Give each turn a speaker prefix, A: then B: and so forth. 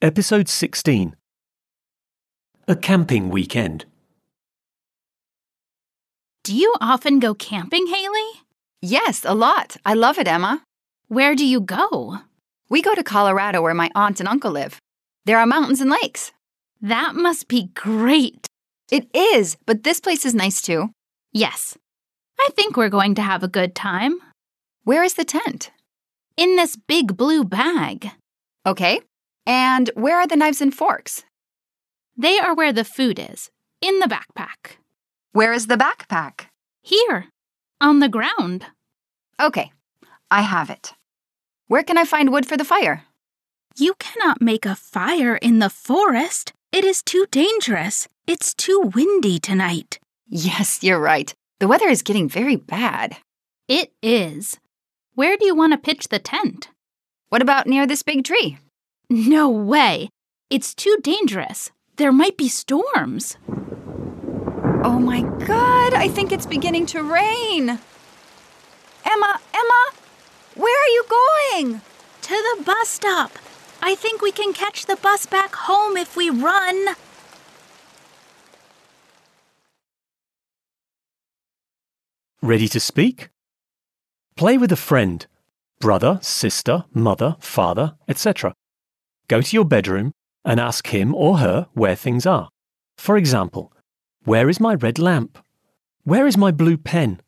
A: Episode 16 A Camping Weekend.
B: Do you often go camping, Haley?
C: Yes, a lot. I love it, Emma.
B: Where do you go?
C: We go to Colorado where my aunt and uncle live. There are mountains and lakes.
B: That must be great.
C: It is, but this place is nice too.
B: Yes. I think we're going to have a good time.
C: Where is the tent?
B: In this big blue bag.
C: Okay. And where are the knives and forks?
B: They are where the food is, in the backpack.
C: Where is the backpack?
B: Here, on the ground.
C: Okay, I have it. Where can I find wood for the fire?
B: You cannot make a fire in the forest. It is too dangerous. It's too windy tonight.
C: Yes, you're right. The weather is getting very bad.
B: It is. Where do you want to pitch the tent?
C: What about near this big tree?
B: No way. It's too dangerous. There might be storms.
C: Oh my god, I think it's beginning to rain. Emma, Emma, where are you going?
B: To the bus stop. I think we can catch the bus back home if we run.
A: Ready to speak? Play with a friend, brother, sister, mother, father, etc. Go to your bedroom and ask him or her where things are. For example, where is my red lamp? Where is my blue pen?